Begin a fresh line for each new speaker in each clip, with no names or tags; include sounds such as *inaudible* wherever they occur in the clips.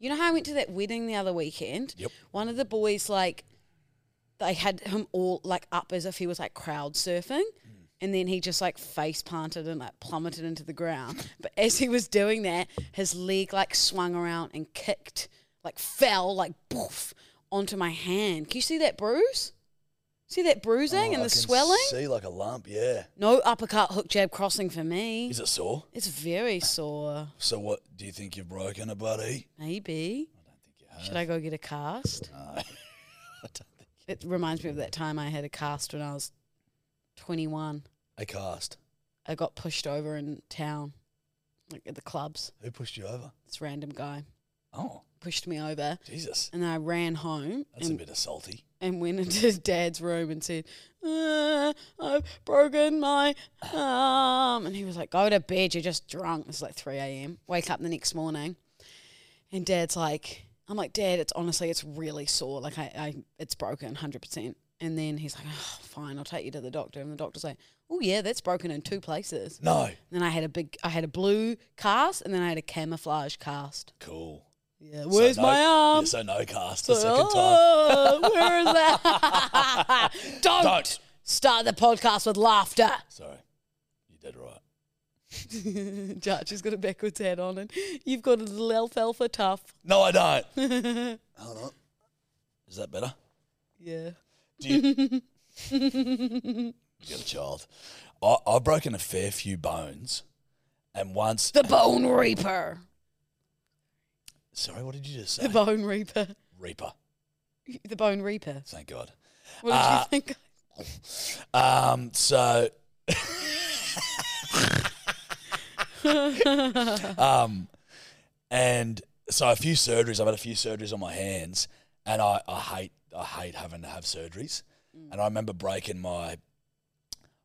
You know how I went to that wedding the other weekend?
Yep.
One of the boys, like, they had him all, like, up as if he was, like, crowd surfing.
Mm.
And then he just, like, face planted and, like, plummeted into the ground. *laughs* But as he was doing that, his leg, like, swung around and kicked, like, fell, like, poof, onto my hand. Can you see that bruise? See that bruising
Oh,
and
I
the
can
swelling?
See, like a lump. Yeah.
No uppercut, hook, jab, crossing for me.
Is it sore?
It's very sore.
So what? Do you think you've broken
*laughs*
it, buddy?
Maybe. Should I go get a cast?
No. I don't think
It reminds me of that time I had a cast when I was 21.
a cast.
I got pushed over in town, like at the clubs.
Who pushed you over?
This random guy
Oh,
pushed me over,
Jesus.
and then I ran home
That's a
and,
bit of salty.
and went into his dad's room and said, "Ah, "I've broken my arm," and he was like, "Go to bed. You're just drunk." It's like 3 a.m. Wake up the next morning, and dad's like, "I'm like, Dad, it's honestly, it's really sore. Like, I, I it's broken, hundred percent." And then he's like, oh, "Fine, I'll take you to the doctor." And the doctor's like, "Oh yeah, that's broken in two places."
No.
Then I had a big, I had a blue cast, and then I had a camouflage cast.
Cool.
Yeah,
So
where's
no-
my arm?
Yeah, so no cast
So-
the second time.
*laughs* Oh, where is *laughs* that? Don't,
Don't.
start the podcast with laughter.
Sorry. You did
*laughs*
right.
Judge has got a backwards hat on, and you've got a little alfalfa tough.
No, I don't.
*laughs*
Hold on. Is that better?
Yeah.
Do you, you got a child. I, I've broken a fair few bones. And once.
The Bone Reaper.
Sorry, what did you just say?
The Bone Reaper.
Reaper.
The Bone Reaper.
Thank God.
What did
Uh,
you think? *laughs*
Um, so, um, and so a few surgeries. I've had a few surgeries on my hands, and I, I hate I hate having to have surgeries. And I remember breaking my,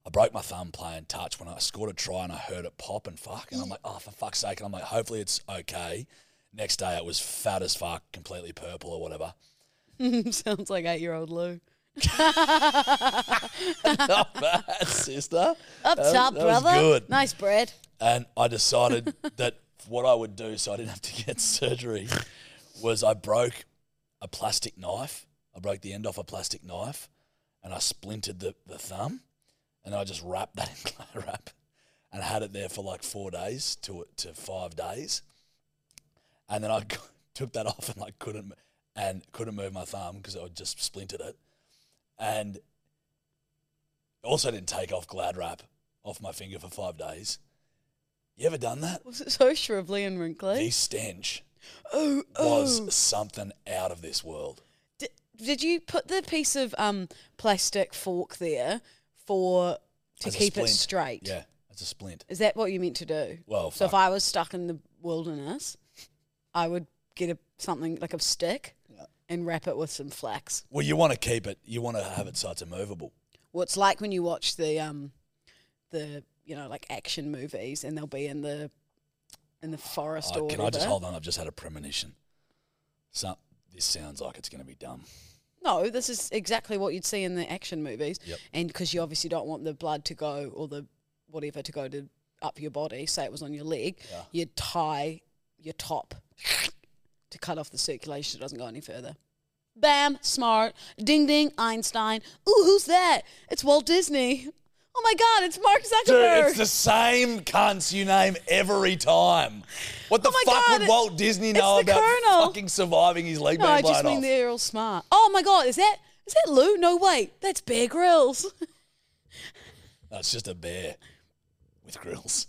I broke my thumb playing touch when I scored a try and I heard it pop and fuck, and I'm like, oh for fuck's sake! And I'm like, hopefully it's okay. Next day it was fat as fuck, completely purple or whatever. *laughs*
Sounds like eight-year-old Lou.
Not bad, sister.
Up
That-
top,
that was
brother.
good.
Nice bread.
and I decided *laughs* that what I would do so I didn't have to get *laughs* surgery was I broke a plastic knife. I broke the end off a plastic knife and I splintered the, the thumb and I just wrapped that *laughs* in cling wrap and had it there for like four days to to five days. And then I *laughs* took that off and like couldn't and couldn't move my thumb because I just splintered it. And also didn't take off glad wrap off my finger for five days. You ever done that?
Was it so shrivelly and wrinkly?
The stench
Oh,
was
oh.
something out of this world.
D- did you put the piece of um plastic fork there for to
As a
keep it
splint.
straight?
Yeah, that's a splint.
Is that what you meant to do?
Well,
so if
fuck.
I was stuck in the wilderness, I would get a something like a stick and wrap it with some flax.
Well, you want to keep it. You want to have it so it's immovable.
Well, it's like when you watch the um the you know like action movies and they'll be in the in the forest
I-
or
Oh, can I just
whatever.
hold on? I've just had a premonition. Some, this sounds like it's going to be
*laughs*
dumb.
No, this is exactly what you'd see in the action movies.
Yep.
And because you obviously don't want the blood to go or the whatever to go to up your body, say it was on your leg,
Yeah.
you'd tie your top to cut off the circulation so it doesn't go any further. Bam, smart. Ding ding, Einstein. Ooh, who's that? It's Walt Disney. Oh my God, it's Mark
Dude,
Zuckerberg.
it's the same cunts you name every time. What the
Oh my
fuck
God,
would Walt Disney
it's
know
the
about
Colonel.
fucking surviving his leg
no,
being
I
blown
just mean
off?
they're all smart. Oh my God, is that is that Lou? No, wait, that's Bear Grylls.
No, it's just a bear with grills.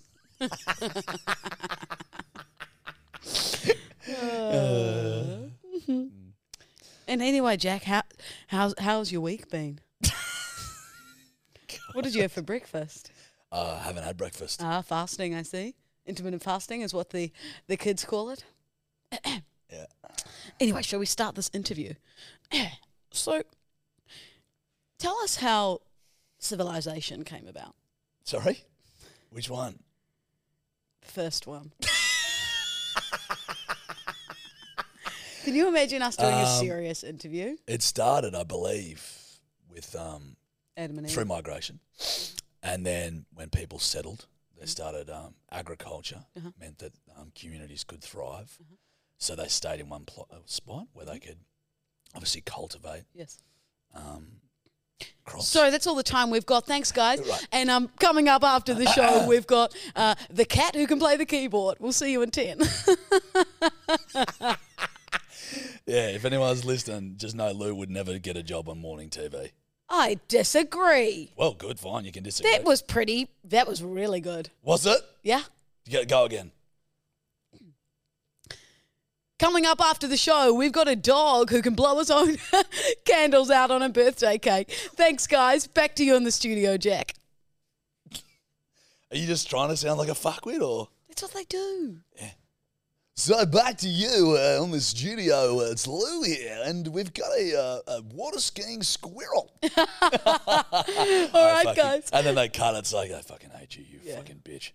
And anyway, Jack, how how's how's your week
*laughs*
been? what did you have for breakfast?
Uh, I haven't had breakfast.
Ah, fasting. I see. Intermittent fasting is what the the kids call it.
*coughs* yeah.
Anyway, shall we start this interview? *coughs* so, tell us how civilization came about.
Sorry? Which one?
First
*laughs*
one. Can you imagine us doing a
Um,
serious interview?
It started, I believe, with um,
Adam and
through
Eve.
migration. And then when people settled, they started um, agriculture,
Uh-huh.
meant that um, communities could thrive. So they stayed in one pl- uh, spot where
Mm-hmm.
they could obviously cultivate
Yes.
um, crops.
So that's all the time we've got. Thanks, guys.
Right.
And um, coming up after the
*coughs*
show, we've got uh, the cat who can play the keyboard. We'll see you in *laughs* 10.
yeah, if anyone's listening, just know Lou would never get a job on morning TV.
I disagree.
Well, good, fine, you can disagree.
That was pretty, that was really good.
was it?
Yeah?
You got to go again.
Coming up after the show, we've got a dog who can blow his own *laughs* candles out on a birthday cake. Thanks, guys. Back to you in the studio, Jack.
Are you just trying to sound like a fuckwit or?
That's what they do.
So back to you uh, on the studio. Uh, it's Lou here, and we've got a, uh, a water skiing squirrel.
*laughs* All
I
right,
fucking-
guys.
And then they cut. It's like I fucking hate you, you
Yeah.
fucking bitch.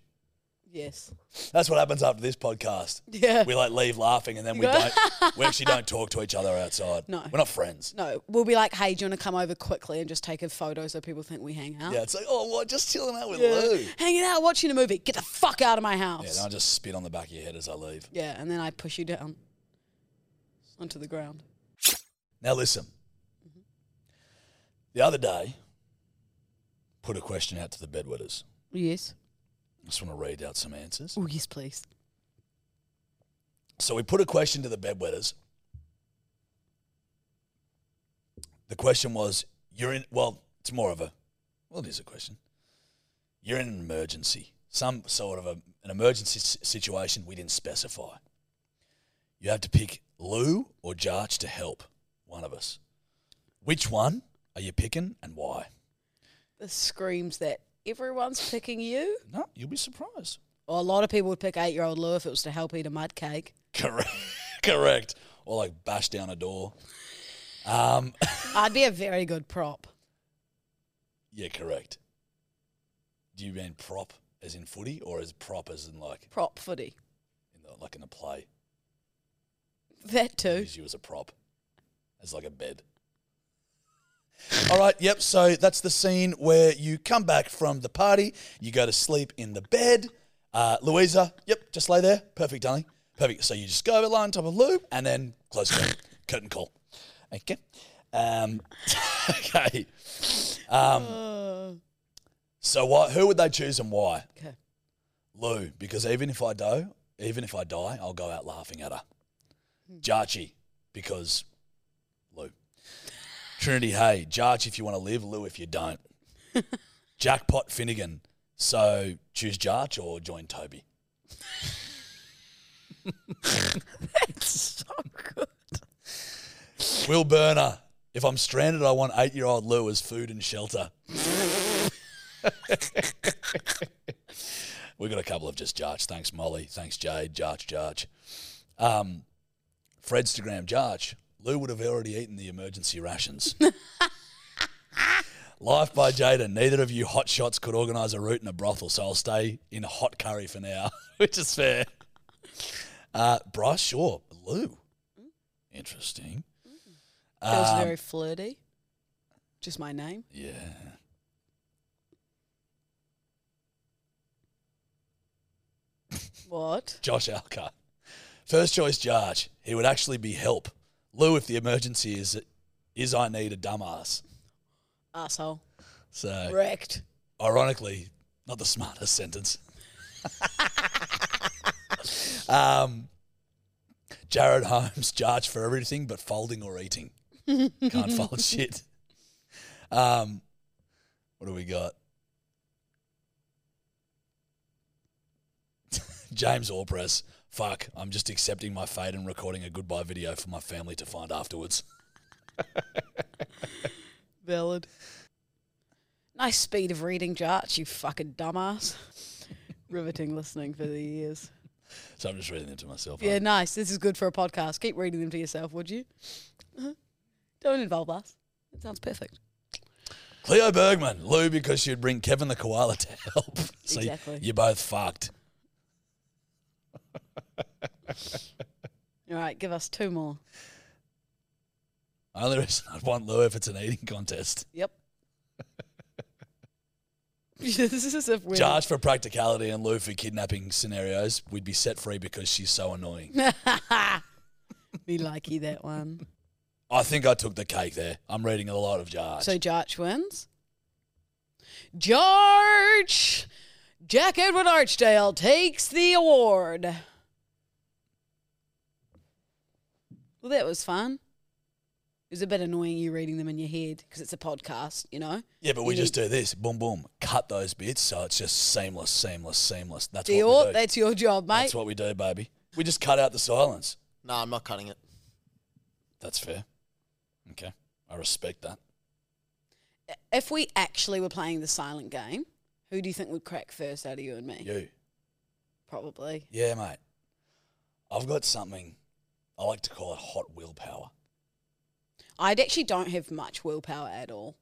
Yes.
That's what happens after this podcast.
Yeah.
We like leave laughing, and then we
You go- *laughs*
don't. we actually don't talk to each other outside.
No.
we're not friends.
No, we'll be like, hey, do you want to come over quickly and just take a photo so people think we hang out?
Yeah, it's like oh, what? Just chilling out *laughs* with
Yeah. *laughs*
Lou.
Hanging out, watching a movie. Get the fuck out of my
Yeah,
house.
then I just spit on the back of your head as I leave.
Yeah, and then I push you down onto the ground.
Now listen.
Mm-hmm.
The other day, put a question out to the bedwetters.
Yes.
I just want to read out some answers.
Oh, yes, please.
So we put a question to the bedwetters. The question was, you're in, well, it's more of a, well, it is a question. You're in an emergency, some sort of a, an emergency s- situation we didn't specify. You have to pick Lou or Jarch to help one of us. Which one are you picking and why?
This screams that everyone's picking you.
No, you'll be surprised.
Well, a lot of people would pick eight year old Lou if it was to help eat a mud cake.
Correct. *laughs* Correct. Or like bash down a door. Um,
I'd be a very good prop.
Yeah, correct. Do you mean prop as in footy or as prop as in like
Prop footy.
in the, like in a play?
That
They
too.
Use you as a prop, as like a bed. All right, yep. So that's the scene where you come back from the party, you go to sleep in the bed. Uh, Louisa, yep, just lay there. Perfect, darling. Perfect. So you just go over, lie on top of Lou, and then close the curtain call. Okay. Um, *laughs* okay. Um,
Uh, *laughs*
so what? Who would they choose and why?
okay.
Lou, because even if I do, even if I die, I'll go out laughing at her. Jarchi, because Lou. Trinity, hey, Jarch if you want to live, Lou if you don't. Jackpot Finnegan. So choose Jarch or join Toby.
so good.
Will Burner. If I'm stranded, I want eight year old Lou as food and shelter. we got a couple of just Jarch. Thanks, Molly. Thanks, Jade. Jarch, Jarch. Um, Fredstagram, Jarch. Lou would have already eaten the emergency
*laughs*
rations. Life by Jada. Neither of you hot shots could organise a route in a brothel, so I'll stay in hot curry for now, *laughs* which is fair. Uh, Bryce, sure. Lou. Interesting.
Mm. That was
Um,
very flirty. Just my name.
yeah.
What?
Josh Alka. First choice Jarge. He would actually be help. Lou, if the emergency is is I need a dumbass.
Asshole.
So
Wrecked.
ironically, not the smartest sentence. um, Jared Holmes charged for everything but folding or eating. Can't fold shit. Um, what do we got? *laughs* James Orpress. Fuck, I'm just accepting my fate and recording a goodbye video for my family to find afterwards.
Valid. Nice speed of reading, Jarch, you fucking dumbass. *laughs* Riveting listening for the years.
So I'm just reading them to myself.
Yeah, nice. This is good for a podcast. Keep reading them to yourself, would you? Uh-huh. Don't involve us. It sounds perfect.
Cleo Bergman, Lou, because she'd bring Kevin the koala to help. *laughs* so
Exactly.
you're both fucked.
All right, give us two more.
Only reason I'd want Lou if it's an eating contest.
Yep. *laughs* this is if we're *laughs*
Charge for practicality and Lou for kidnapping scenarios. We'd be set free because she's so annoying.
me likey that one.
I think I took the cake there. I'm reading a lot of Jarge.
So Jarch wins. George Jack Edward Archdale takes the award. Well, that was fun. It was a bit annoying you reading them in your head because it's a podcast, you know.
yeah, but we
you
just do this. Boom, boom. Cut those bits so it's just seamless, seamless, seamless. That's what
Dior,
we do.
that's your job, mate.
That's what we do, baby. We just cut out the silence.
No, I'm not cutting it.
That's fair. Okay. I respect that.
if we actually were playing the silent game, who do you think would crack first out of you and me?
You.
Probably.
Yeah, mate. I've got something. I like to call it hot willpower.
I'd actually don't have much willpower at all.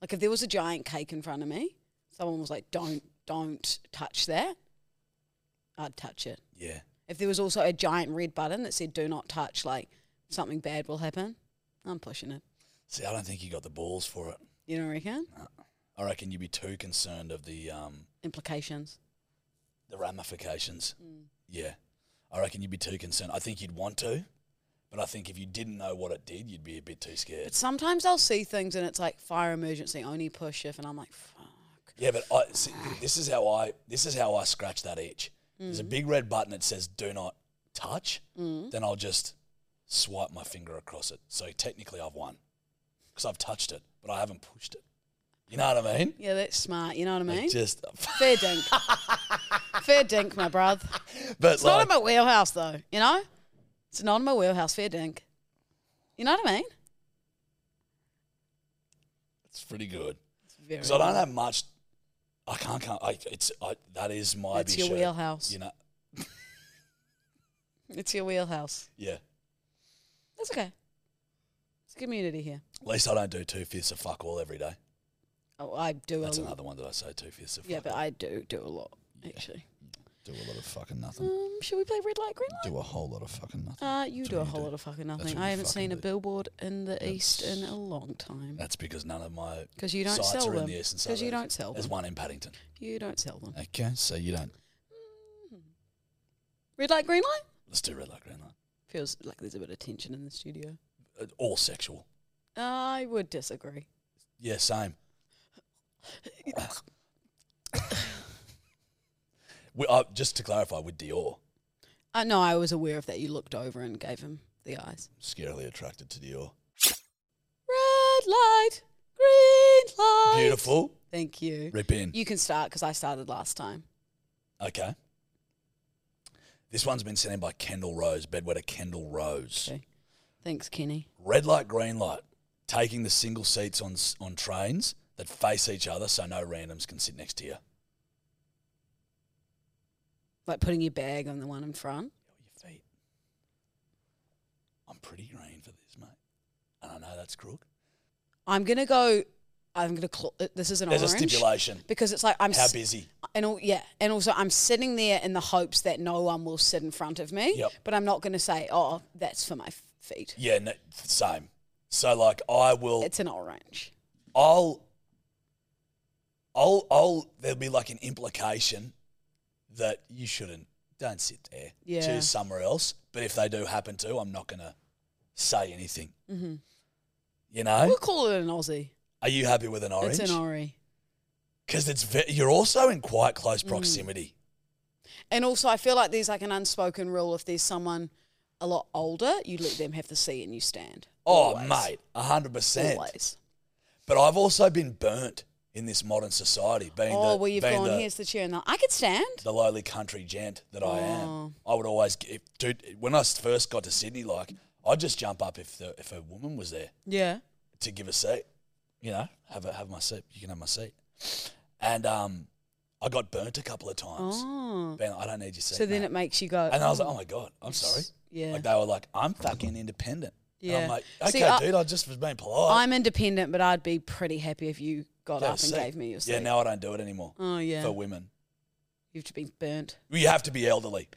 Like if there was a giant cake in front of me, someone was like, "Don't, don't touch that," I'd touch it.
Yeah.
If there was also a giant red button that said "Do not touch," like something bad will happen, I'm pushing it.
See, I don't think you got the balls for it.
You don't reckon?
I reckon you'd be too concerned of the um,
Implications.
the ramifications. Yeah. I reckon you'd be too concerned. I think you'd want to, but I think if you didn't know what it did, you'd be a bit too scared.
But sometimes I'll see things and it's like fire emergency only push if, and I'm like, "Fuck."
Yeah, but I see, this is how I this is how I scratch that itch. There's a
Mm.
big red button that says "Do not touch." Then I'll just swipe my finger across it. So technically, I've won because I've touched it, but I haven't pushed it. You know what I mean?
Yeah, that's smart. You know what I
Like,
mean?
just, *laughs*
Fair dink. Fair dink, my bruv.
but
It's not
like,
in my wheelhouse, though, you know? It's not in my wheelhouse, fair dink. You know what I mean?
it's pretty good
It's very
because I don't have much. I can't. can't I, it's I, that is my.
That's
big
your
show,
wheelhouse.
You know?
It's your wheelhouse.
Yeah.
That's okay. It's a community here.
At least I don't do two fifths of fuck all every day.
Oh, I do
That's
a
another one that I say two fifths of.
Yeah,
fuck
but
all.
I do do a lot, actually.
do a lot of fucking nothing.
Um, should we play red light, green light?
Do a whole lot of fucking nothing.
Uh, you
That's
do a
what
whole lot of fucking
That's
nothing.
what
I
you
haven't seen
fucking
a
do.
billboard in the east
That's-
in a long time.
That's because none of my
'Cause you don't
sites
sell
are
them.
in the eastern
'Cause you
suburbs.
don't sell
There's
them.
one in Paddington.
You don't sell them. Mm-hmm.
Okay, so you don't.
Red light, green light?
Let's do red light, green light.
Feels like there's a bit of tension in the studio.
Uh, All sexual.
I would disagree.
Yeah, same. *coughs* we, uh, just to clarify, with Dior,
Uh, no, I was aware of that. You looked over and gave him the eyes.
scarily attracted to Dior.
Red light, green light.
Beautiful.
Thank you.
Rip in.
You can start because I started last time.
Okay. This one's been sent in by Kendall Rose, bedwetter Kendall Rose.
Okay. Thanks, Kenny.
Red light, green light. Taking the single seats on s- on trains that face each other, so no randoms can sit next to you.
Like putting your bag on the one in front.
your feet. I'm pretty green for this, mate. And I know that's crook.
I'm gonna go. I'm gonna. Cl- uh, this is an
There's
orange
a stipulation.
because it's like I'm.
How
s-
busy?
and all, yeah, and also I'm sitting there in the hopes that no one will sit in front of me.
Yep.
But I'm not gonna say, "Oh, that's for my f- feet."
Yeah, no, same. So like, I will.
It's an orange.
I'll. I'll. I'll. There'll be like an implication that you shouldn't. Don't sit there.
Yeah.
Choose somewhere else. But if they do happen to, I'm not gonna say anything.
hmm
You know?
We'll call it an Aussie.
Are you happy with an orange?
It's an Ori.
because it's ve- you're also in quite close
Mm.
proximity.
And also, I feel like there's like an unspoken rule if there's someone a lot older, you let them have the seat and you stand.
Oh,
Always.
mate, a hundred percent.
Always.
But I've also been burnt in this modern society, being
oh,
the
well, you've
being
gone,
the,
here's the chair. And they're like, I could stand.
the lowly country gent that I
Oh.
am. I would always, g- if, dude. When I s- first got to Sydney, like I'd just jump up if the, if a woman was there
Yeah.
to give a seat. You know, have a, have my seat. You can have my seat. And um, I got burnt a couple of times.
Oh.
Being like, I don't need your seat.
So then
mate."
it makes you go. "Hmm,
and I was like, oh my god, I'm sorry.
Uh, um, Yeah.
Like they were like,
*laughs*
I'm fucking independent. And
Yeah.
I'm like, okay,
See, I-
dude, I just was being polite.
I'm independent, but I'd be pretty happy if you got
Get a
up and
seat.
gave me your seat.
Yeah, now I don't do it anymore
Oh, yeah.
for women.
You've been burnt.
You have to be elderly.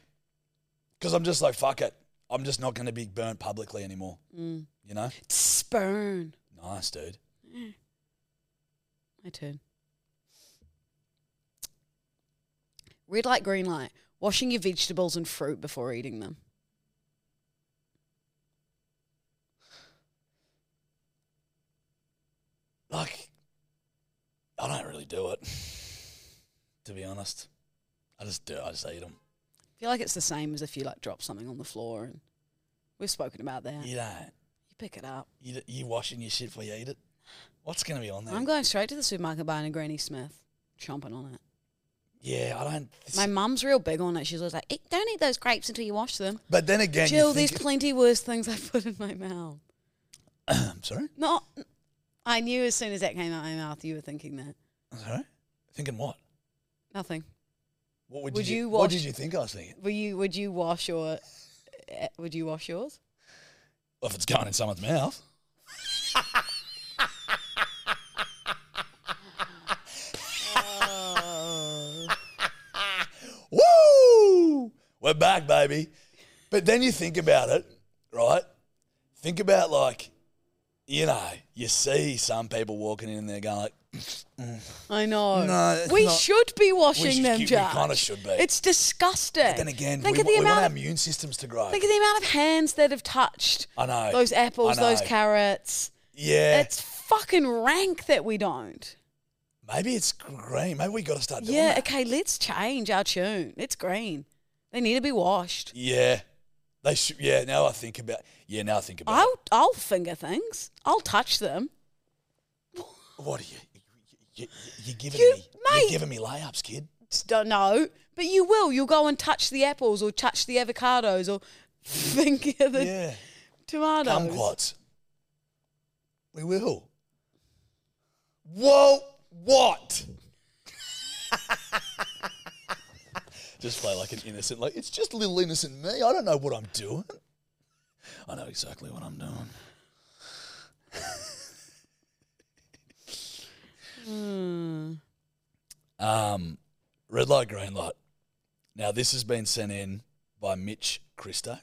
Because I'm just like, fuck it. I'm just not going to be burnt publicly anymore.
Mm.
You know?
Spurn.
Nice, dude.
My turn. Red light, green light. Washing your vegetables and fruit before eating them.
Like, I don't really do it, *laughs* to be honest. I just do. I just eat them.
I feel like it's the same as if you like drop something on the floor and we've spoken about that.
You don't.
You pick it up.
You, d- you washing your shit before you eat it. What's going to be on there?
I'm going straight to the supermarket buying a Granny Smith, chomping on it.
yeah, I don't. this-
My mum's real big on it. She's always like, "Eh, "Don't eat those grapes until you wash them."
but then again, you
Jill, there's
think-
plenty worse things I've put in my mouth.
*clears throat* I'm sorry.
Not. I knew as soon as that came out of my mouth, you were thinking that.
I'm sorry. Thinking what?
Nothing.
What would,
Would
you?
you
what
wash-
did you think I was thinking?
Would you? Would you wash your? eh, Would you wash yours?
Well, if it's going in someone's mouth. Woo! We're back, baby. But then you think about it, right? Think about like, you know, you see some people walking in and they're going like,
I know.
No, it's
we
not-
should be washing
should-
them,
we
Josh.
kinda should be.
It's disgusting.
then again,
think
we,
of the
we want
amount
our
of
immune systems to grow.
Think of the amount of hands that have touched
I know.
those apples,
I know.
those carrots.
Yeah.
It's fucking rank that we don't.
Maybe it's green. Maybe we got to start doing
Yeah,
that.
okay, let's change our tune. It's green. They need to be washed.
Yeah. They should. Yeah. Now I think about. Yeah. Now I think about.
I'll I'll finger things. I'll touch them.
it. What are you? you, are giving
You-
me.
mate.
You're giving me layups, kid.
Just Don't know, but you will. You'll go and touch the apples or touch the avocados or *laughs* finger the
yeah.
tomatoes.
Kumquats. We will. Whoa! What? *laughs* just play like an innocent. Like it's just little innocent me. I don't know what I'm doing. I know exactly what I'm doing.
Hmm.
Um, red light, green light. Now, this has been sent in by Mitch Christo.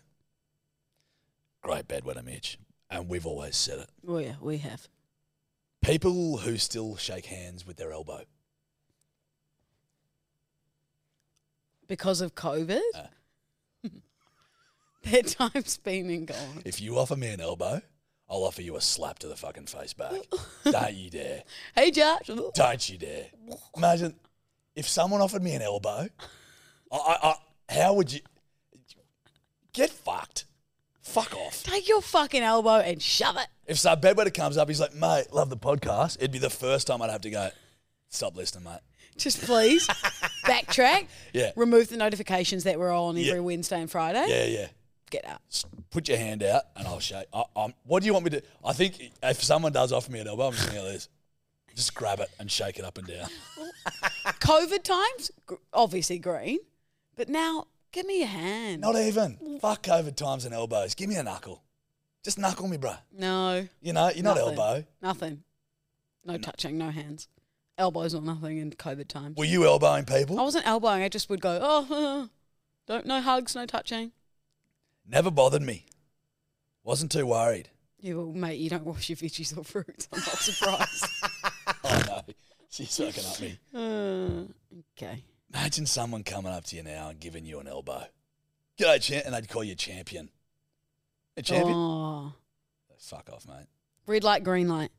Great bedwetter, Mitch. And we've always said it.
Oh yeah, we have.
People who still shake hands with their elbow.
Because of COVID? *laughs*
Uh.
that time's been and gone.
If you offer me an elbow, I'll offer you a slap to the fucking face back. Don't you dare.
Hey Josh.
Don't you dare. Imagine if someone offered me an elbow, I, I, I, how would you get fucked? Fuck off.
Take your fucking elbow and shove it.
If Sir Bedwetter comes up, he's like, mate, love the podcast. It'd be the first time I'd have to go, stop listening, mate.
Just please
*laughs*
backtrack.
Yeah.
Remove the notifications that we're on every
Yeah.
Wednesday and Friday.
Yeah, yeah.
Get out.
S- Put your hand out and I'll shake. I, I'm, what do you want me to I think if someone does offer me an elbow, I'm just going to this. Just grab it and shake it up and down.
COVID times, gr- obviously green, but now give me your hand.
Not even. Fuck COVID times and elbows. Give me a knuckle. Just knuckle me, bro.
no.
You know, you're not
nothing.
elbow.
Nothing. No, touching, no hands. Elbows or nothing in COVID times.
Were you elbowing people?
I wasn't elbowing. I just would go, oh, *laughs* don't no hugs, no touching.
Never bothered me. Wasn't too worried. *laughs*
Yeah, well, mate, you don't wash your veggies or fruits. I'm not surprised.
Oh, no. She's sucking up me.
*laughs* Uh, okay.
Imagine someone coming up to you now and giving you an elbow. G'day, champ, and they'd call you champion. A champion?
Oh.
Fuck off, mate.
Red light, green light.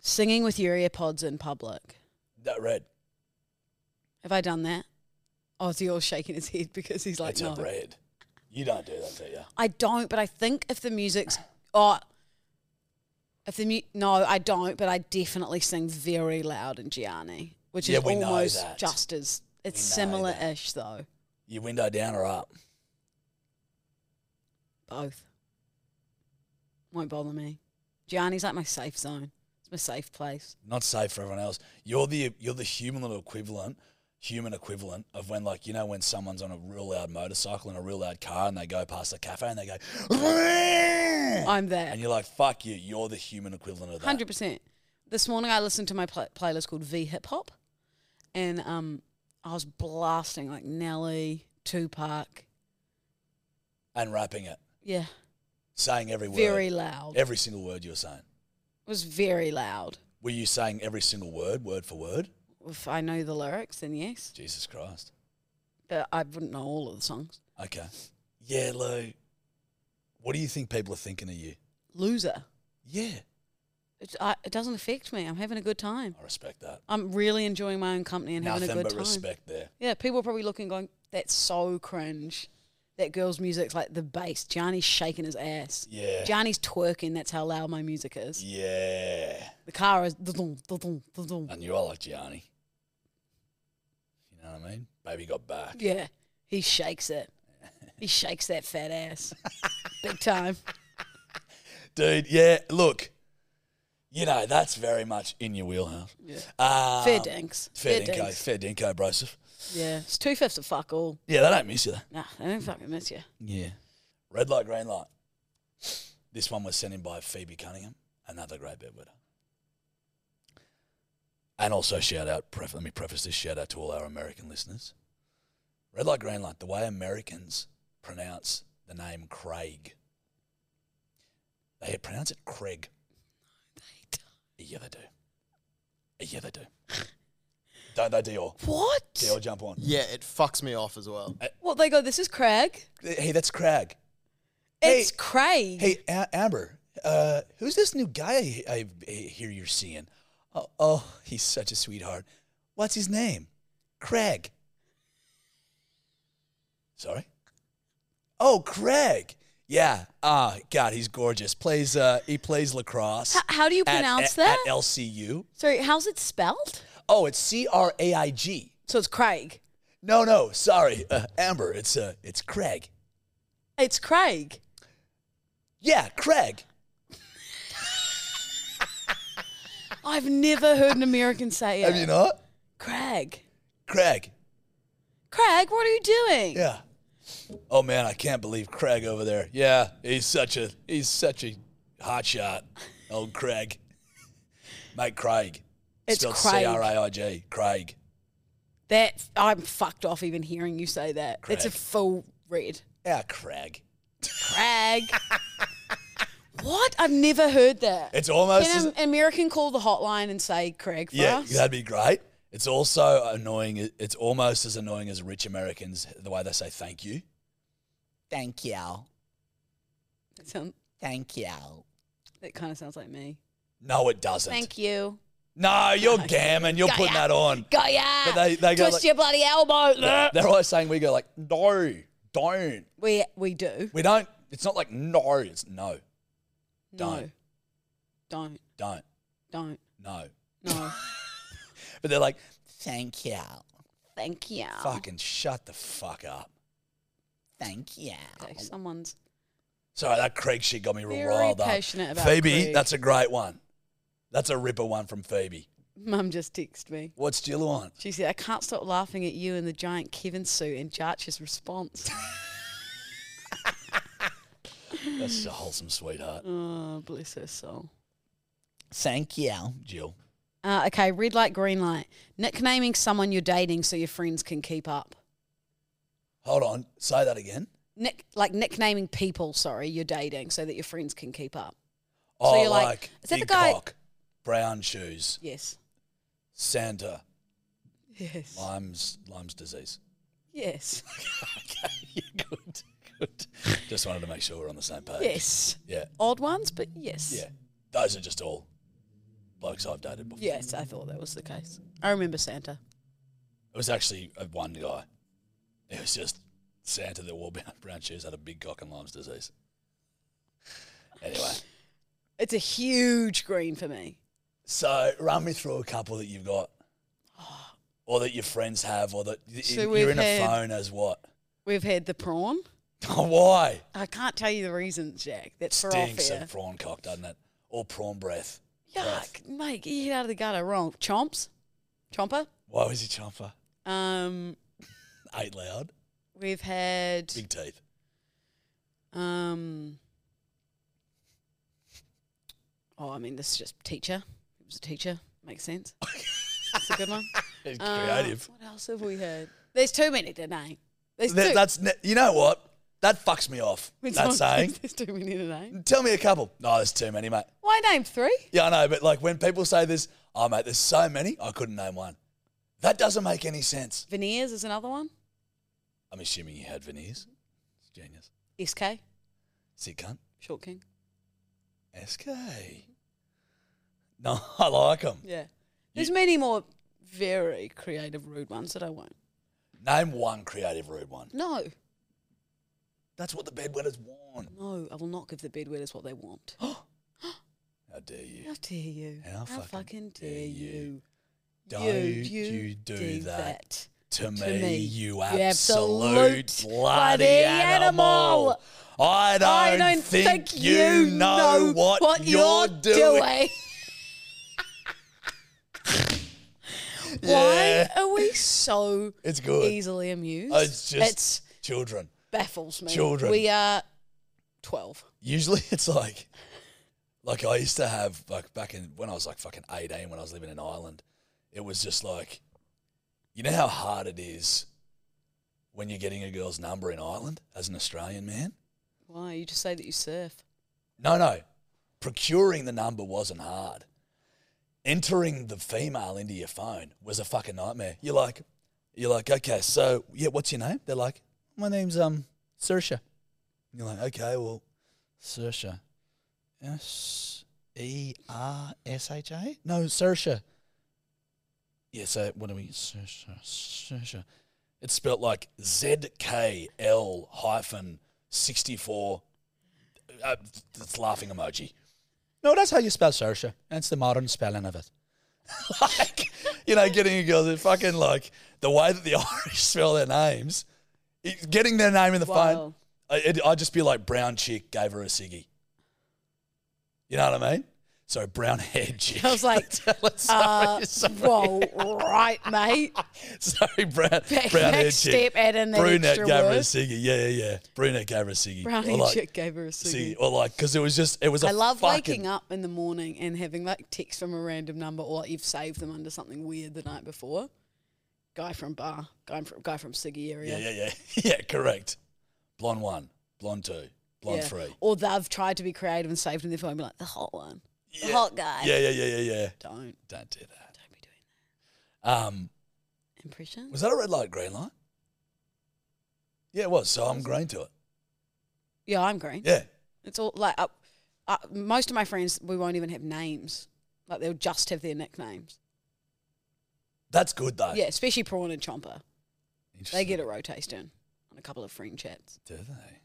Singing with your earpods in public.
That red.
Have I done that? Ozzy all shaking his head because he's like,
That's
no.
a red. You don't do that, do you?
I don't, but I think if the music's oh, if the mu- no, I don't, but I definitely sing very loud in Gianni, which
Yeah,
is
we know
almost
that.
just as it's
We know that.
similar-ish though.
Your window down or up?
Both won't bother me. Gianni's like my safe zone. It's my safe place.
Not safe for everyone else. You're the you're the human equivalent, human equivalent of when like you know when someone's on a real loud motorcycle and a real loud car and they go past a cafe and they go,
I'm there.
and you're like fuck you. You're the human equivalent of that.
Hundred percent. This morning I listened to my pl- playlist called V Hip Hop, and um, I was blasting like Nelly, Tupac,
and rapping it,
yeah,
saying every word,
very loud.
every single word you were saying.
it was very loud.
Were you saying every single word, word for word?
If I know the lyrics, then yes,
Jesus Christ.
but I wouldn't know all of the songs.
Okay. Yeah, Lou. What do you think people are thinking of you?
Loser.
Yeah,
It, I, it doesn't affect me. I'm having a good time.
I respect that.
I'm really enjoying my own company and
Nothing
having a good
but
time.
respect there.
Yeah, people are probably looking, going, "That's so cringe." That girl's music's like the bass. Johnny's shaking his ass.
Yeah.
Johnny's twerking. That's how loud my music is.
Yeah.
The car is. dun-dun, dun-dun, dun-dun.
And you are like Gianni. You know what I mean? Baby got back.
Yeah, he shakes it. He shakes that fat
*laughs*
ass, big time.
Dude, yeah, look. You know, that's very much in your wheelhouse.
Yeah.
Um,
Fair dinks.
Fair,
Fair
dinko.
dinks.
Fair dinko, broseph.
Yeah, it's two fifths of fuck all.
Yeah, they don't miss you, though.
Nah, I don't fucking miss you.
Yeah. Red light, green light. This one was sent in by Phoebe Cunningham, another great bedwetter. And also shout out, pref- let me preface this shout out to all our American listeners. Red light, green light, the way Americans pronounce the name Craig. They pronounce it Craig. Yeah, they do. Yeah, they do. *laughs* Don't they, Dior?
What?
Dior, jump on.
Yeah, it fucks me off as well.
What they go? This is Craig.
Hey, that's Craig. Hey.
It's Craig.
Hey, A- Amber, uh, who's this new guy I, I hear you're seeing? Oh, oh, he's such a sweetheart. What's his name? Craig. Sorry? Oh, Craig. Yeah. Ah, God, he's gorgeous. Plays. Uh, he plays lacrosse.
H- how do you
at-
pronounce
at-
that?
At LCU.
Sorry, how's it spelled?
Oh, it's C R A I G.
So it's Craig.
No, no, sorry, uh, Amber. It's uh, it's Craig.
It's Craig.
Yeah, Craig.
I've never heard an American say it.
Have you not?
Craig.
Craig.
Craig, what are you doing?
Yeah. Oh man, I can't believe Craig over there. Yeah, he's such a he's such a hot shot, old Craig. *laughs* Mate, Craig.
It's
Spelled
Craig.
C R A I G. Craig.
That I'm fucked off even hearing you say that. It's a
Craig.
full red.
Yeah, Craig.
Craig. *laughs* what? I've never heard that.
It's almost
Can
as,
an American call the hotline and say Craig for
yeah,
us?
that'd be great. It's also annoying. It's almost as annoying as rich Americans the way they say thank you. Thank you.
That, sound,
Thank you.
that kind of sounds like me.
No, it doesn't.
Thank you.
No, you're gammon. You're putting
*laughs*
that on.
Got ya.
But they- they go
Twist
like-
your bloody elbow.
They're always saying we go like no, don't.
we we do.
We don't. It's not like no. It's no. Don't.
No. Don't.
Don't.
Don't.
No. *laughs*
No.
But they're like, thank you.
Thank you.
Fucking shut the fuck up. Thank you.
Okay, someone's
Sorry, that Craig shit got me real
Very
riled up.
passionate about
Phoebe,
Craig.
that's a great one. That's a ripper one from Phoebe.
mum just texted me.
What's Jill on?
She said, I can't stop laughing at you in the giant Kevin suit and Jarch's response. *laughs*
That's a wholesome sweetheart.
oh, bless her soul.
Thank you, Jill.
Uh, okay, red light, green light. Nicknaming someone you're dating so your friends can keep up.
Hold on. Say that again.
Nick, like nicknaming people, sorry, you're dating so that your friends can keep up.
Oh,
you're like,
like,
is that the
big
guy-
cock, brown shoes,
Yes.
Santa,
Yes.
Lyme's Lyme's disease.
Yes.
okay, *laughs* you're good. Good. Just wanted to make sure we're on the same page.
yes.
Yeah.
Odd ones, but yes.
Yeah. Those are just all blokes I've dated before.
Yes, I thought that was the case. I remember Santa.
It was actually uh, one guy. It was just Santa that wore brown- brown shoes had a big cock and Lyme's disease. Anyway,
It's a huge green for me.
so run me through a couple that you've
*gasps*
got, or that your friends have, or that y-
So
you're
we've
in a
had-
phone as what? *laughs* Oh,
We've had the prawn.
Why?
I can't tell you the reasons, Jack. That's for off
Stinks
air.
of prawn cock, doesn't it? Or prawn breath. Breath.
Yuck, mate, get your head out of the gutter wrong. Chomps, chomper.
Why was he chomper?
Um,
Ate loud.
we've had
Big teeth.
um. Oh, I mean, this is just teacher. It was a teacher. Makes sense. That's a good one.
Oh.
Uh,
*laughs* Creative.
what else have we had? There's too many today. There's
That-
too.
that's ne- you know what? That fucks me off.
It's
That
not-
saying.
*laughs* *laughs* There's too many today.
Tell me a couple. No, there's too many, mate.
Why name three?
Yeah, I know, but like when people say this, oh mate, there's so many, I couldn't name one. That doesn't make any sense.
Veneers is another one.
I'm assuming you had veneers. Genius.
SK,
Sick cunt.
short king.
SK. No, *laughs* I like them.
Yeah. There's many more very creative, rude ones that I won't.
Name one creative rude one.
No,
That's what the bedwetters want.
no, I will not give the bedwetters what they want. *gasps* How
How dare you?
dare you?
How fucking dare you.
Don't
Don't you, do, that, to, me,
me,
you
you
absolute,
absolute
bloody
bloody
animal.
animal.
I don't,
I don't
think, you know what, you're doing.
*laughs*
*laughs*
Why
Yeah.
are we so
It's good.
easily amused?
Oh, it's just
It's-
children.
baffles me.
Children.
We are 12.
Usually *laughs* it's like, like I used to have like back in when I was like fucking eighteen when I was living in Ireland, it was just like, you know how hard it is when you're getting a girl's number in Ireland as an Australian man.
Why? You just say that you surf.
No, no, procuring the number wasn't hard. Entering the female into your phone was a fucking nightmare. You're like, you're like, okay, so yeah, what's your name? They're like, my name's um Sersha. You're like, okay, well, Sersha. S E R S H A? No, Sersha. Yeah, so what do we Sersha Sersha. It's spelt like Z K L hyphen sixty four uh, it's laughing emoji. No, that's how you spell Sersha. That's the modern spelling of it. *laughs* like, you know, getting a girl that fucking like the way that the *laughs* Irish spell their names, it, getting their name in the phone.
Wow.
I, it, I'd just be like, brown chick gave her a ciggy. You know what I mean? So brown *laughs* haired chick.
I was
*laughs*
like,
sorry,
uh,
*laughs* sorry.
whoa, right, mate.
Sorry, brown,
*laughs* Back-
brown
back
haired chick.
step, add in that
Brunette
extra
gave her a
word.
ciggy. Yeah, yeah, yeah. Brunette gave her a ciggy. Or
Brownie
like-
chick gave her a
See, oh,
ciggy.
or like, because it was just, it was. I
I love waking up in the morning and having like text from a random number or you've saved them under something weird the night before. Guy from bar, guy from guy from Siggy area.
Yeah, yeah, yeah, *laughs* yeah. Correct. Blonde one, blonde two, blonde
Yeah.
three.
Or they've tried to be creative and saved in their phone, be like the hot one, the
Yeah.
hot guy.
Yeah, yeah, yeah, yeah, yeah.
Don't
Don't do that.
don't be doing
Um,
that. Impression.
was that a red light, green light? Yeah, it was. So I'm green to it.
Yeah, I'm green.
Yeah.
It's all like uh, uh, most of my friends. We won't even have names. Like they'll just have their nicknames.
That's good though.
Yeah, especially Prawn and Chomper. They
Interesting.
get a rotation on a couple of friend chats.
Do they?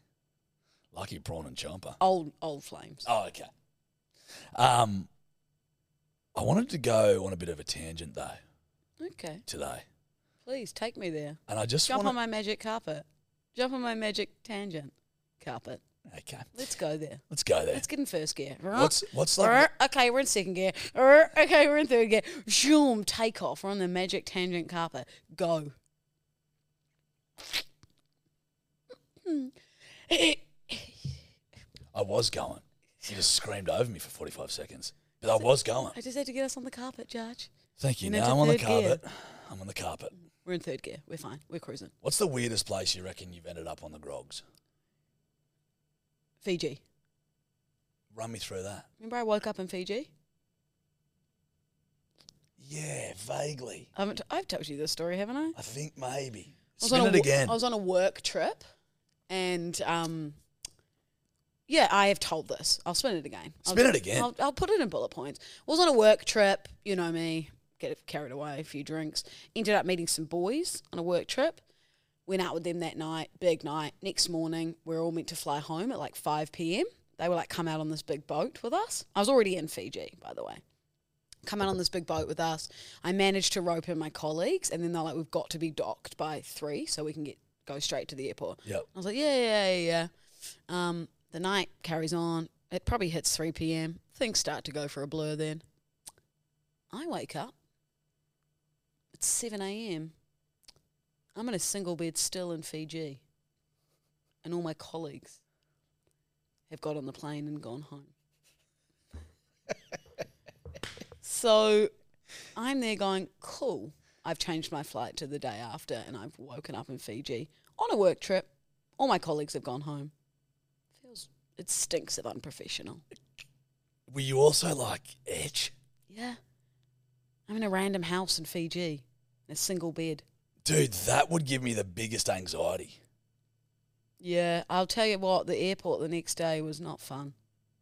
Lucky prawn and chomper.
Old old flames.
Oh, okay. Um, I wanted to go on a bit of a tangent though
Okay,
today,
please take me there.
and I just
Jump
want
on my magic carpet. Jump on my magic tangent carpet.
okay.
Let's go there.
Let's go there.
Let's get in first gear.
What's what's
Err,
like?
okay, we're in second gear. Err, okay, we're in third gear. Zoom, take off. We're on the magic tangent carpet. Go. *clears throat*
I was going. You just screamed over me for forty five seconds, but I was going.
I just had to get us on the carpet, Judge.
Thank you.
And into
Now I'm on the
third gear.
carpet. I'm on the carpet.
We're in third gear. We're fine. We're cruising.
What's the weirdest place you reckon you've ended up on the grogs?
Fiji.
Run me through that.
Remember, I woke up in Fiji.
Yeah, vaguely.
I haven't t- I've told you this story, haven't I?
I think maybe.
I was
Spin
on a
it
wo-
again.
I was on a work trip, and um, Yeah, I have told this. I'll spin it again. I'll-
Spin it again.
I'll, I'll put it in bullet points. Was on a work trip. You know me. Get carried away, a few drinks. Ended up meeting some boys on a work trip. Went out with them that night. Big night. Next morning, we're all meant to fly home at like 5 p.m. They were like, come out on this big boat with us. I was already in Fiji, by the way. Come out on this big boat with us. I managed to rope in my colleagues, and then they're like, we've got to be docked by three so we can get go straight to the airport.
Yep.
I was like, yeah, yeah, yeah, yeah. Um, the night carries on. It probably hits 3 p.m. Things start to go for a blur then. I wake up. It's 7 a.m. I'm in a single bed still in Fiji. And all my colleagues have got on the plane and gone home. so I'm there going, cool. I've changed my flight to the day after and I've woken up in Fiji on a work trip. All my colleagues have gone home. Feels it stinks of unprofessional.
Were you also like itch,
Yeah. I'm in a random house in Fiji. A single bed.
dude? That would give me the biggest anxiety.
Yeah, I'll tell you what, the airport the next day was not fun.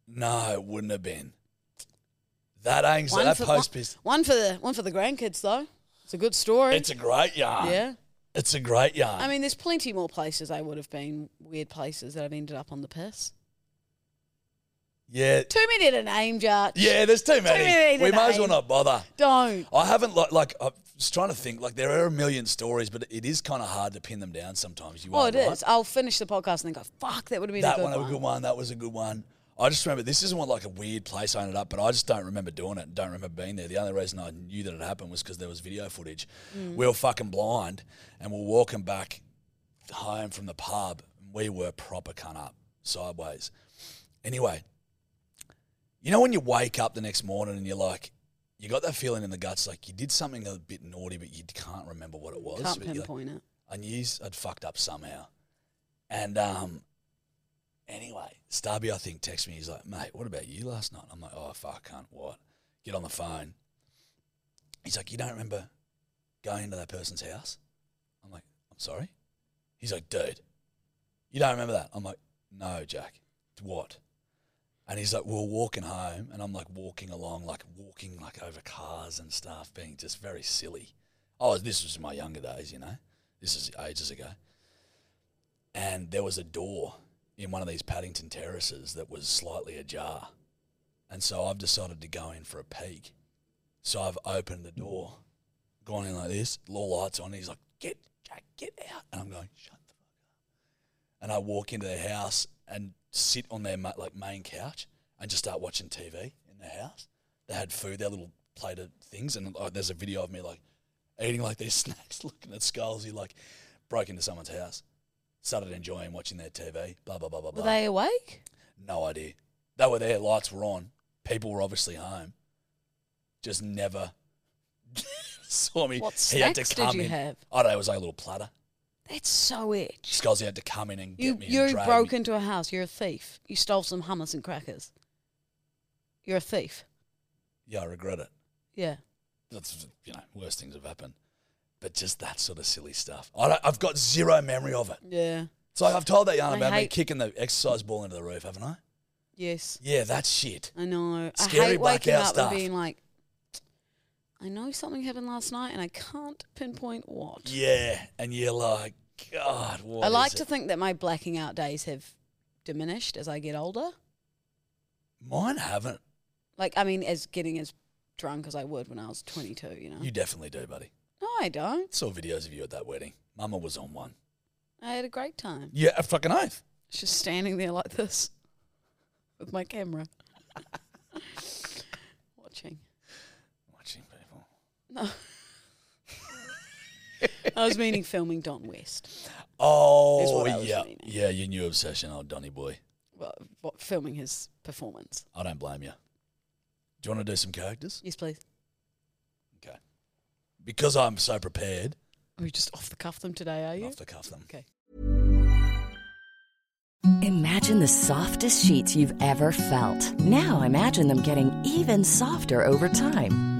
No, it wouldn't have been. That anxiety, that post piss.
one, one for the one for the grandkids though. It's a good story.
It's a great yarn.
yeah.
It's a great yarn.
I mean, there's plenty more places I would have been, weird places that I've ended up on the piss.
yeah.
Too many to name, Judge.
Yeah, Oh, there's too many.
many to
we may as
name.
well not bother.
Don't.
I haven't like like I was trying to think like there are a million stories, but it is kind of hard to pin them down sometimes. You
Oh,
are
it
right?
is. I'll finish the podcast and then go, fuck, that would have been a
that
good
one,
one.
a good one. That was a good one. I just remember this isn't what, like a weird place I ended up, but I just don't remember doing it. Don't remember being there. The only reason I knew that it happened was because there was video footage.
Mm.
We were fucking blind, and we're walking back home from the pub. We were proper cunt up sideways. Anyway, you know when you wake up the next morning and you're like, you got that feeling in the guts, like you did something a bit naughty, but you can't remember what it was.
Can't
but you're like,
pinpoint it.
I knew I'd fucked up somehow. And um, anyway, Starby, I think, texted me. He's like, mate, what about you last night? I'm like, oh, fuck, cunt, what? Get on the phone. He's like, you don't remember going into that person's house? I'm like, I'm sorry? He's like, dude, you don't remember that? I'm like, no, Jack. What? And he's like, we we're walking home. And I'm like, walking along, like walking like over cars and stuff, being just very silly. Oh, this was my younger days, you know? This is ages ago. And there was a door in one of these Paddington terraces that was slightly ajar. And so I've decided to go in for a peek. So I've opened the door, gone in like this, all lights on. He's like, get, Jack, get out. And I'm going, shut the fuck up. And I walk into their house and sit on their ma- like main couch and just start watching TV in their house. They had food, their little plate of things. And like, there's a video of me like eating like their *laughs* snacks, looking at skulls. He like broke into someone's house, started enjoying watching their TV, blah, blah, blah, blah,
Were
blah.
they awake?
No idea. They were there, lights were on. People were obviously home. Just never *laughs* saw me.
What snacks did you
in.
have?
I don't know, it was like a little platter.
That's so itch.
Skulls had to come in and get
You
me. and
you
drag
broke
me.
into a house. You're a thief. You stole some hummus and crackers. You're a thief.
Yeah, I regret it.
Yeah.
That's, you know, worst things have happened. But just that sort of silly stuff. I don't, I've got zero memory of it.
Yeah.
It's like I've told that yarn
I
about me
hate-
kicking the exercise ball into the roof, haven't I?
Yes.
Yeah, that's shit.
I know.
Scary
I hate waking
blackout
up
stuff.
and being like, I know something happened last night and I can't pinpoint what.
Yeah, and you're like, God, what
I
is
like
it?
to think that my blacking out days have diminished as I get older.
Mine haven't.
Like, I mean, as getting as drunk as I would when I was 22, you know?
You definitely do, buddy.
no, I don't.
Saw videos of you at that wedding. Mama was on one.
I had a great time.
Yeah, a fucking oath.
just standing there like this with my camera *laughs* watching
Watching people.
no i was meaning filming don west
Oh,
what I was
yeah.
meaning.
Yeah, your new obsession, old Donny boy.
well what, filming his performance
I don't blame you. Do you want to do some characters?
yes please
Okay. Because I'm so prepared,
are you just off the cuff them today are
I'll
you
have to cuff them.
okay
Imagine the softest sheets you've ever felt. Now imagine them getting even softer over time.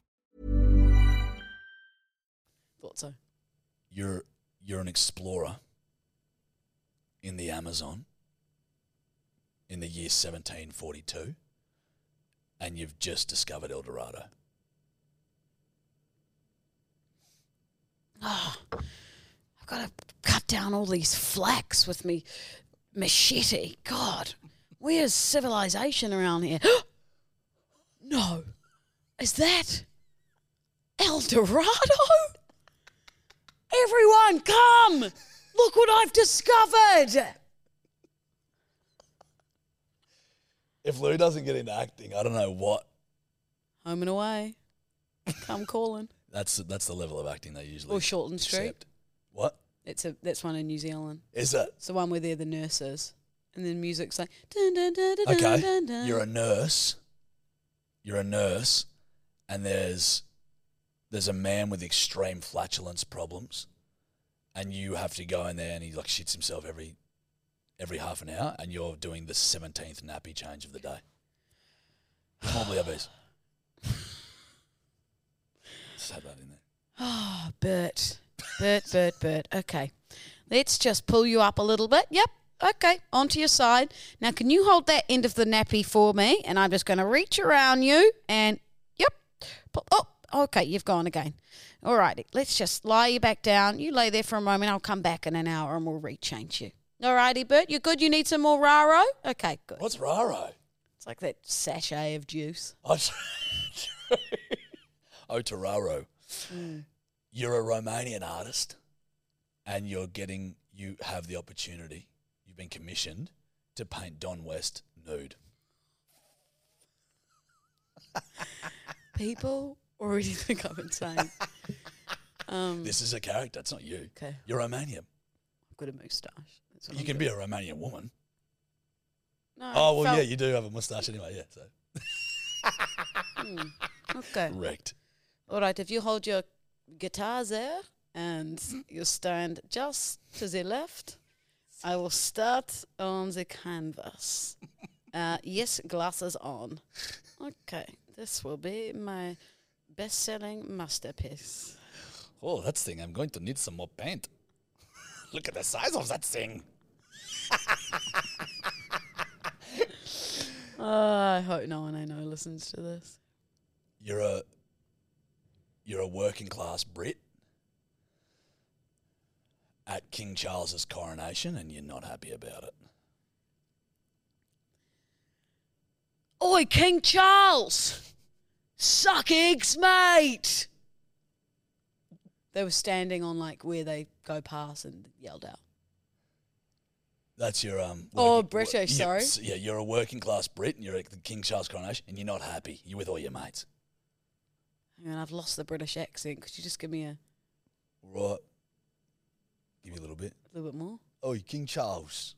Thought so.
You're you're an explorer in the Amazon in the year 1742 and you've just discovered El Dorado.
I've got to cut down all these flax with me machete. God, where's civilization around here? *gasps* no. Is that El Dorado? Everyone, come! Look what I've discovered!
If Lou doesn't get into acting, I don't know what.
Home and away. Come calling.
That's that's the level of acting they usually
Or Shortland Street.
accept. What
It's a that's one in New Zealand.
is that?
It's the one where they're the nurses, and then music's like. Dun, dun, dun, dun, dun,
Okay,
dun, dun.
you're a nurse. You're a nurse, and there's there's a man with extreme flatulence problems, and you have to go in there, and he like shits himself every every half an hour, and you're doing the seventeenth nappy change of the day. Probably obese. *sighs* Just had that in there.
Oh, Bert, Bert, Bert, Bert. Okay, let's just pull you up a little bit. Yep. Okay, onto your side. Now, can you hold that end of the nappy for me? And I'm just going to reach around you and, yep. Pop- Oh, okay, you've gone again. All righty, let's just lie you back down. You lay there for a moment. I'll come back in an hour and we'll rechange you. All righty, Bert, you're good. You need some more Raro? Okay, good.
What's Raro?
It's like that sachet of juice.
I just- *laughs* oh, Tararo.
Mm.
You're a Romanian artist and you're getting, you have the opportunity, you've been commissioned to paint Don West nude.
People already *laughs* think I'm insane. Um,
This is a character, it's not you.
Okay.
You're Romanian.
I've got a moustache. That's what
You
I'm
can
doing.
be a Romanian woman.
No,
oh, well,
felt-
yeah, you do have a mustache anyway, yeah. So,
Okay.
correct.
All right. If you hold your guitar there and you stand just to the left, I will start on the
*laughs*
canvas. Uh, yes, glasses on. Okay. This will be my best-selling masterpiece.
Oh, that thing, I'm going to need some more paint. *laughs* Look at the size of that thing.
Oh, I hope no one I know listens to this.
you're a you're a working class Brit at King Charles's coronation, and you're not happy about it.
Oi, King Charles! Suck eggs, mate! They were standing on like where they go past and yelled out.
That's your um.
Oh,
working-
British,
yeah,
sorry.
s- Yeah, you're a working class Brit, and you're at the King Charles coronation, and you're not happy. You're with all your mates.
Hang on, I've lost the British accent. Could you just give me a
Right. Give me a little bit.
little bit more?
Oh, King Charles.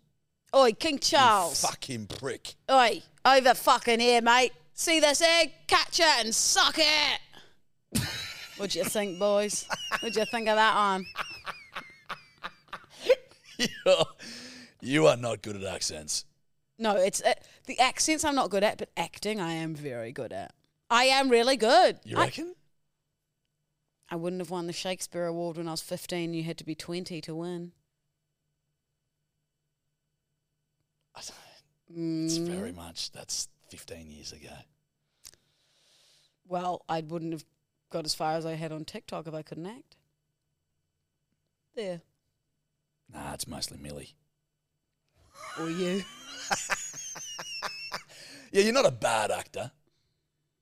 Oi, King
you
Charles!
fucking prick. *laughs*
Oi, over fucking here, mate. See this egg? Catch it and suck it! What'd you think, boys? What'd you think of that one?
you are not good at accents.
No, it's uh, the accents I'm not good at, but acting I am very good at. I am really good.
You
I-
reckon?
I wouldn't have won the Shakespeare Award when I was 15. You had to be 20 to win.
I don't-
Mm,
It's very much. That's 15 years ago.
Well, I wouldn't have got as far as I had on TikTok if I couldn't act. There.
Nah, it's mostly Millie.
Or you.
Yeah, you're not a bad actor.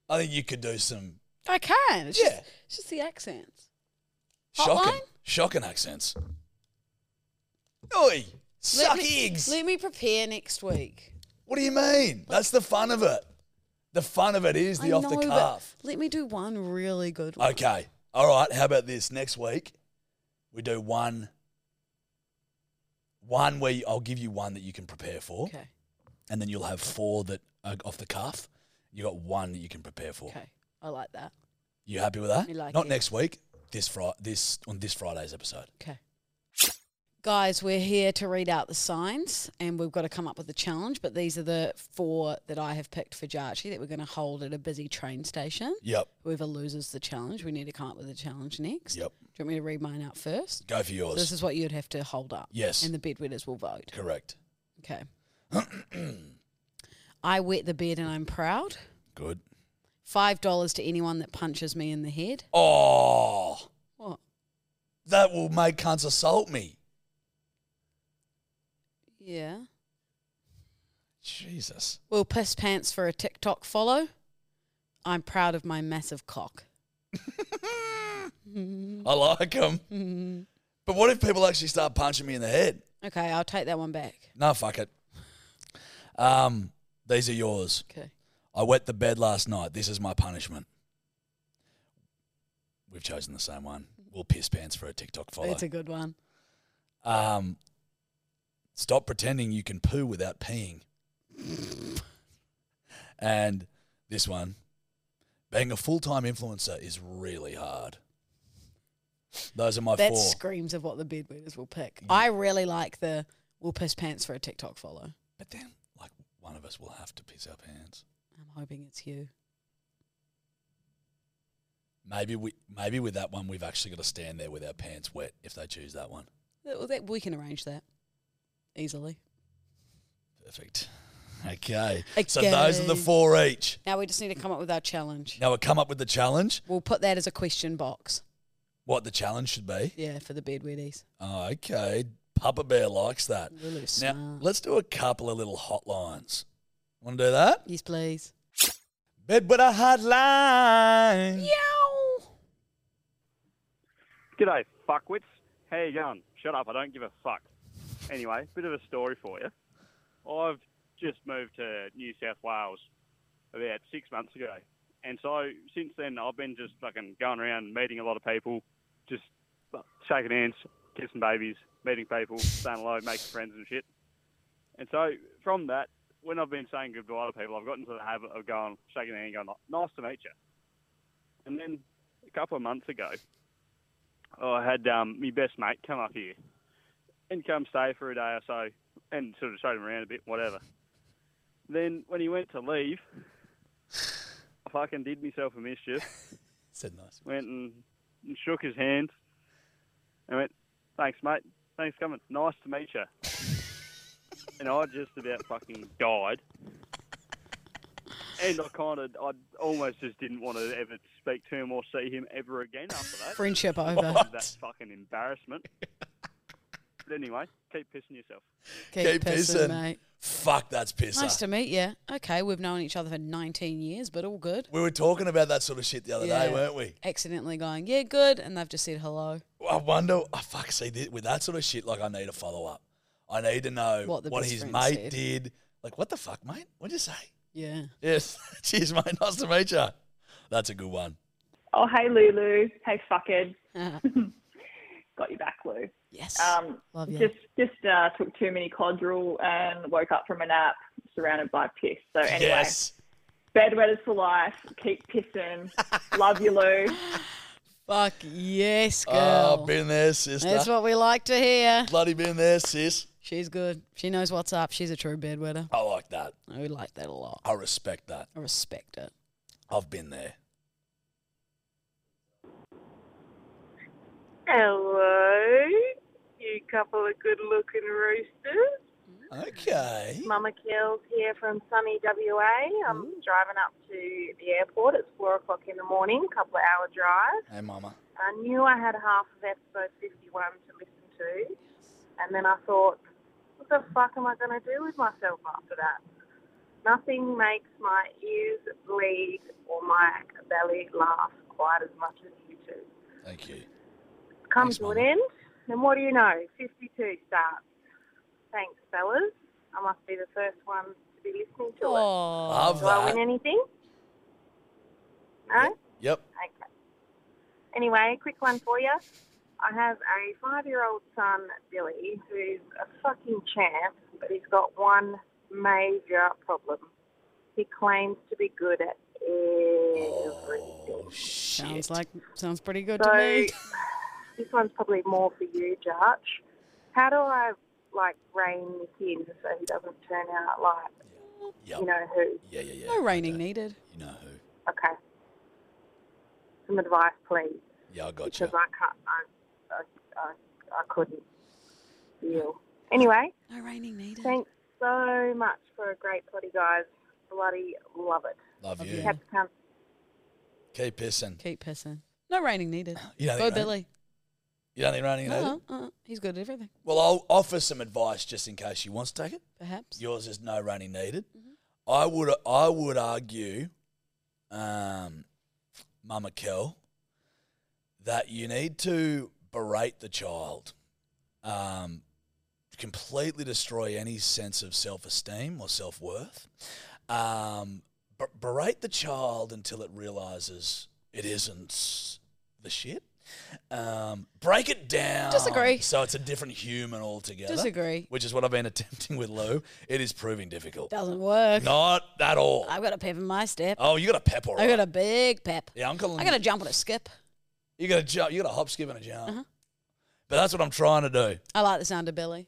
I think you could do some
I can. It's,
Yeah.
just, it's just the accents.
shocking,
Hotline?
shocking accents. Oi, suck
let me,
eggs.
Let me prepare next week.
what do you mean? That's the fun of it. The fun of it is
I
the off the
know, but
cuff.
Let me do one really good one.
Okay. All right. How about this? Next week, we do one. One where you, I'll give you one that you can prepare for,
Okay.
and then you'll have four that are off the cuff. You got one that you can prepare for.
Okay. I like that.
You happy with that?
Me like
Not
it.
next week. This Friday. This on this Friday's episode.
Okay. Guys, we're here to read out the signs and we've got to come up with a challenge, but these are the four that I have picked for Jarchi that we're going to hold at a busy train station.
Yep.
Whoever loses the challenge, we need to come up with a challenge next.
Yep.
Do you want me to read mine out first?
Go for
So
yours.
this is what you'd have to hold up.
Yes.
And the bedwetters will vote.
Correct.
Okay. *clears throat* I wet the bed and I'm proud.
Good.
$5 to anyone that punches me in the head.
Oh,
What?
that will make cunts assault me.
Yeah.
Jesus.
Will piss pants for a TikTok follow. I'm proud of my massive cock. Mm.
I like them.
Mm-hmm.
but what if people actually start punching me in the head?
Okay, I'll take that one back.
No, fuck it. Um, these are yours.
Okay.
I wet the bed last night. This is my punishment. We've chosen the same one. We'll piss pants for a TikTok follow.
It's a good one.
um, stop pretending you can poo without peeing. and this one, being a full time influencer is really hard. Those are my
that
four.
screams of what the bedwetters will pick. I really like the will piss pants for a TikTok follow.
but then, like, one of us will have to piss our pants.
I'm hoping it's you.
Maybe we, maybe with that one, we've actually got to stand there with our pants wet if they choose that one.
That- well, that- we can arrange that easily.
Perfect. *laughs* Okay. So those are the
Okay.
four each.
Now we just need to come up with our challenge.
Now we come up with the challenge.
We'll put that as a question box.
What the challenge should be?
Yeah, for the bedwetties.
Okay. Papa Bear likes that.
Really
Now,
smart.
let's do a couple of little hotlines. Want to do that?
yes, please.
Bed with a hotline.
G'day, fuckwits. How you going? Shut up, I don't give a fuck. Anyway, bit of a story for you. I've just moved to New South Wales about six months ago. And so since then, I've been just fucking going around meeting a lot of people, just shaking hands, kissing babies, meeting people, saying hello, making friends and shit. And so from that, when I've been saying goodbye to people, I've gotten to the habit of going, shaking hands, going, nice to meet you. And then a couple of months ago, I had um, my best mate come up here and come stay for a day or so and sort of showed him around a bit, whatever. Then when he went to leave, I fucking did myself a mischief,
Said nice.
went and, and shook his hand and went, thanks, mate. Thanks for coming. Nice to meet you. and I just about fucking died. And I kind of, I almost just didn't want to ever speak to him or see him ever again after that
Friendship over.
that fucking embarrassment. but anyway, keep pissing yourself.
*laughs* Keep, pissing, mate.
Fuck, that's pisser.
Nice to meet you. Okay, we've known each other for 19 years, but all good.
we were talking about that sort of shit the other day,
Yeah.
weren't we?
Accidentally going, yeah, good, and they've just said hello.
I wonder. I fuck see thi- with that sort of shit. Like, I need a follow up. I need to know
What
what,
the best
his
friend
mate
said.
did. Like, what the fuck, mate? What'd you say?
Yeah.
Yes. *laughs* Cheers, mate. Nice to meet you. That's a good one.
Oh, hey, Lulu. Hey, fuckhead. *laughs* Got you back, Lou.
yes.
Um,
Love you.
Just just uh, took too many Codril and woke up from a nap surrounded by piss. So anyway,
Yes.
bedwetters for life. Keep pissing. Love you, Lou.
Fuck yes, girl.
Ah, been there, sister.
That's what we like to hear.
Bloody been there, sis.
She's good. She knows what's up. She's a true bedwetter.
I like that.
I like that a lot.
I respect that.
I respect it.
I've been there.
*laughs* Hello, you couple of good looking roosters.
Okay.
Mama Kills here from sunny WA. I'm driving up to the airport. It's 4 o'clock in the morning, couple of hour drive.
Hey, mama.
I knew I had half of episode 51 to listen to, and then I thought, what the fuck am I going to do with myself after that? Nothing makes my ears bleed or my belly laugh quite as much as you two.
Thank you.
Come to an end, and what do you know? 52 starts. Thanks, fellas. I must be the first one to be listening to
Aw.
it.
Love
do I
that.
win anything? No?
Yep.
Okay. Anyway, quick one for you. I have a five year old son, Billy, who's a fucking champ, but he's got one major problem. He claims to be good at everything.
Sounds like sounds pretty good
so,
to me.
this one's probably more for you, Judge. How do I like rein this in so he doesn't turn out like you know who?
Yeah, yeah, yeah.
No raining needed.
You know who.
Okay. Some advice, please,
Yeah, I got you.
because I can't. I, I, I, I couldn't. Deal. Anyway.
No raining needed.
Thanks so much for a great potty, guys. Bloody love it.
Love Love you. you.
Have to come.
Keep pissing.
Keep pissing. No raining needed.
You don't
Go
think rain-
Billy.
You don't think running it over?
No, uh, he's good at everything.
Well, I'll offer some advice just in case she wants to take it.
Perhaps. Mm-hmm.
Yours is no running needed. I would I would argue, um, Mama Kel, that you need to berate the child, um, completely destroy any sense of self esteem or self worth. Um, b- berate the child until it realizes it isn't the shit. Um, break it down.
Disagree.
So it's a different human altogether.
Disagree.
Which is what I've been *laughs* attempting with Lou. It is proving difficult.
Doesn't work.
Not at all.
I've got a pep in my step.
Oh, you got a pep all
I
right.
got a big pep.
yeah, I'm calling.
I got a jump and a skip.
You got a jump. You got a hop, skip, and a jump.
Uh-huh.
But that's what I'm trying to do.
I like the sound of Billy.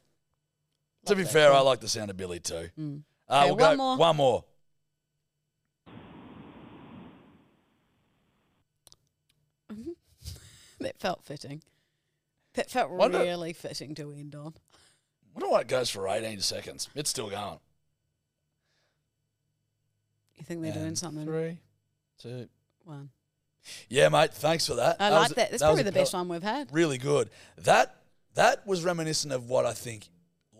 to be fair, I like the sound of Billy too. Uh,
Mm. Okay,
we'll
one
go
more.
one more.
That felt fitting. That felt
Wonder-
really fitting to end on.
wonder why it goes for 18 seconds. It's still going.
You think they're doing
And
something?
Three, two,
one.
Yeah, mate. Thanks for that.
I like
was-
that. That's
was
probably
a
the best
pel-
one we've had.
Really good. That that was reminiscent of what I think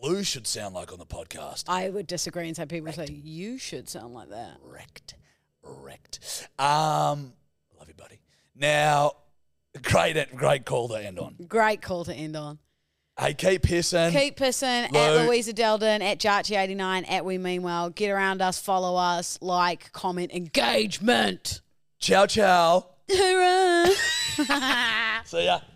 Lou should sound like on the podcast.
I would disagree and say people say you should sound like that.
Wrecked. Wrecked. Um, love you, buddy. Now, great, great call to end on.
Great call to end on.
Hey, keep pissing.
Keep pissing at
Lou-
Louisa Deldon, at Jarchi89, at We Mean Well. Get around us, follow us, like, comment, engagement.
Ciao, ciao.
Hooray! *laughs*
See ya.